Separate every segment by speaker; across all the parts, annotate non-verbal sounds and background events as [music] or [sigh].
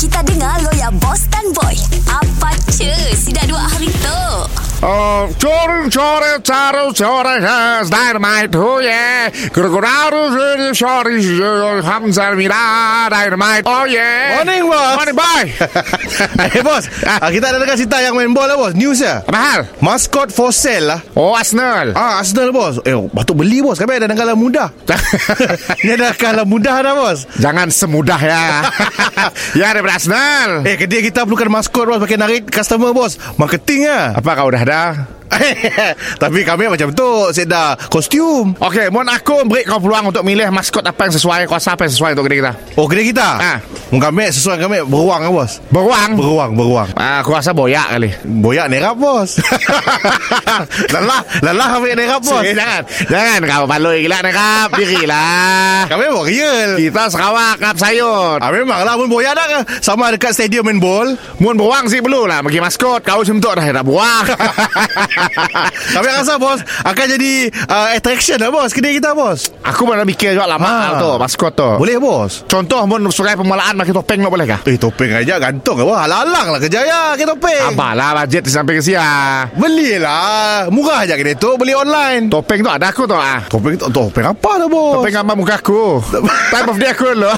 Speaker 1: Kita dengar lo ya, boss dan boy. Apa cuy? Sudah dua hari tu.
Speaker 2: Oh, chore, chore, charo, chore, has dynamite, oh yeah. Crocodile, really, chore, hamzarmira, dynamite, oh yeah.
Speaker 3: Morning, boss. [laughs]
Speaker 2: Morning, boy.
Speaker 3: Eh, bos. Ah, kita ada dekat Sita yang main bola, bos. News ya.
Speaker 2: Apa hal?
Speaker 3: Maskot for sale lah.
Speaker 2: Oh, Arsenal.
Speaker 3: Ah, Arsenal bos. Eh, patut beli bos. Kami ada kalah mudah. [laughs] Ini ada kalah mudah dah bos.
Speaker 2: Jangan semudah [laughs] ya. ya, daripada Arsenal.
Speaker 3: Eh, kedai kita perlukan maskot bos pakai narik customer bos. Marketing ah. [laughs]
Speaker 2: Apa kau dah dah?
Speaker 3: Tapi kami macam tu Seda Kostum
Speaker 2: Okey, mohon aku beri kau peluang untuk milih maskot apa yang sesuai, kuasa apa yang sesuai untuk kedai kita.
Speaker 3: Oh kedai kita
Speaker 2: Ah.
Speaker 3: Mungkin kami sesuai kami Beruang lah bos
Speaker 2: Beruang.
Speaker 3: Beruang Beruang
Speaker 2: Ah, aku rasa boyak kali.
Speaker 3: Boyak nerap bos [laughs] Lelah Lelah kami nerap bos
Speaker 2: Eh, jangan. Jangan kau lah. baloi gila nekap. Dirilah.
Speaker 3: Kami buat real
Speaker 2: Kita Sarawak kap sayur.
Speaker 3: Ah, memang lah pun boyak dah ke Sama dekat stadium main bol [laughs]
Speaker 2: Mun beruang sih perlu lah Bagi maskot Kau sentuh dah Dah buang
Speaker 3: Kami rasa bos Akan jadi uh, Attraction lah bos Kedai kita bos
Speaker 2: Aku pernah mikir juga lah Mahal
Speaker 3: Ha.
Speaker 2: tu Maskot tu
Speaker 3: Boleh bos
Speaker 2: Contoh mun Surai permulaan Pakai topeng tu boleh kah?
Speaker 3: Eh topeng aja gantung ke bos Halang-halang lah kerja ya Ke topeng
Speaker 2: Apalah bajet sampai ke sia
Speaker 3: Belilah Murah aja kedai tu Beli online
Speaker 2: Topeng tu ada aku tu ah.
Speaker 3: Topeng to- topeng apa tu bos?
Speaker 2: Topeng gambar muka aku Time of day aku dulu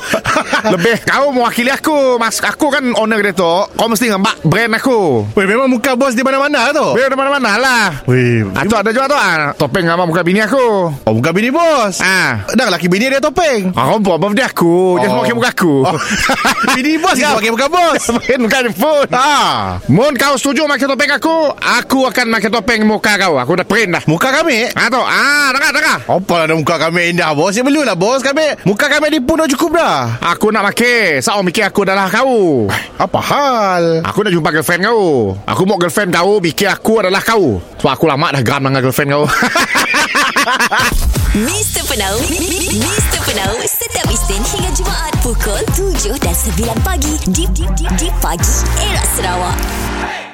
Speaker 2: Lebih Kau mewakili aku Mas Aku kan owner dia tu Kau mesti ngembak brand aku
Speaker 3: Weh memang muka bos di mana-mana tu.
Speaker 2: Biar di mana-mana lah
Speaker 3: Weh.
Speaker 2: Atau ada juga tu ah. Topeng gambar muka bini aku
Speaker 3: Oh bukan bini bos.
Speaker 2: Ah,
Speaker 3: Dah laki bini dia topeng.
Speaker 2: Aku buat apa dia Ah, aku Dia
Speaker 3: Oh.
Speaker 2: pakai muka aku [laughs]
Speaker 3: Oh. [laughs] bini bos dia pakai bukan bos.
Speaker 2: Main muka dia pun
Speaker 3: ah.
Speaker 2: Mun kau setuju pakai topeng aku Aku akan pakai topeng muka kau Aku dah print dah
Speaker 3: Muka kami
Speaker 2: Ha tu Ah, dengar dengar
Speaker 3: apa lah ada muka kami indah bos Ya belulah bos kami Muka kami ni pun dah cukup dah
Speaker 2: Aku nak pakai Sao mikir aku adalah kau
Speaker 3: Apa hal
Speaker 2: Aku nak jumpa girlfriend kau Aku mau girlfriend kau Mikir aku adalah kau Sebab aku lama dah geram dengan girlfriend kau [laughs]
Speaker 1: Mr. Penau, Mr. Penau, setiap Isnin hingga Jumaat pukul 7 dan 9 pagi di, di, di, di pagi era Sarawak.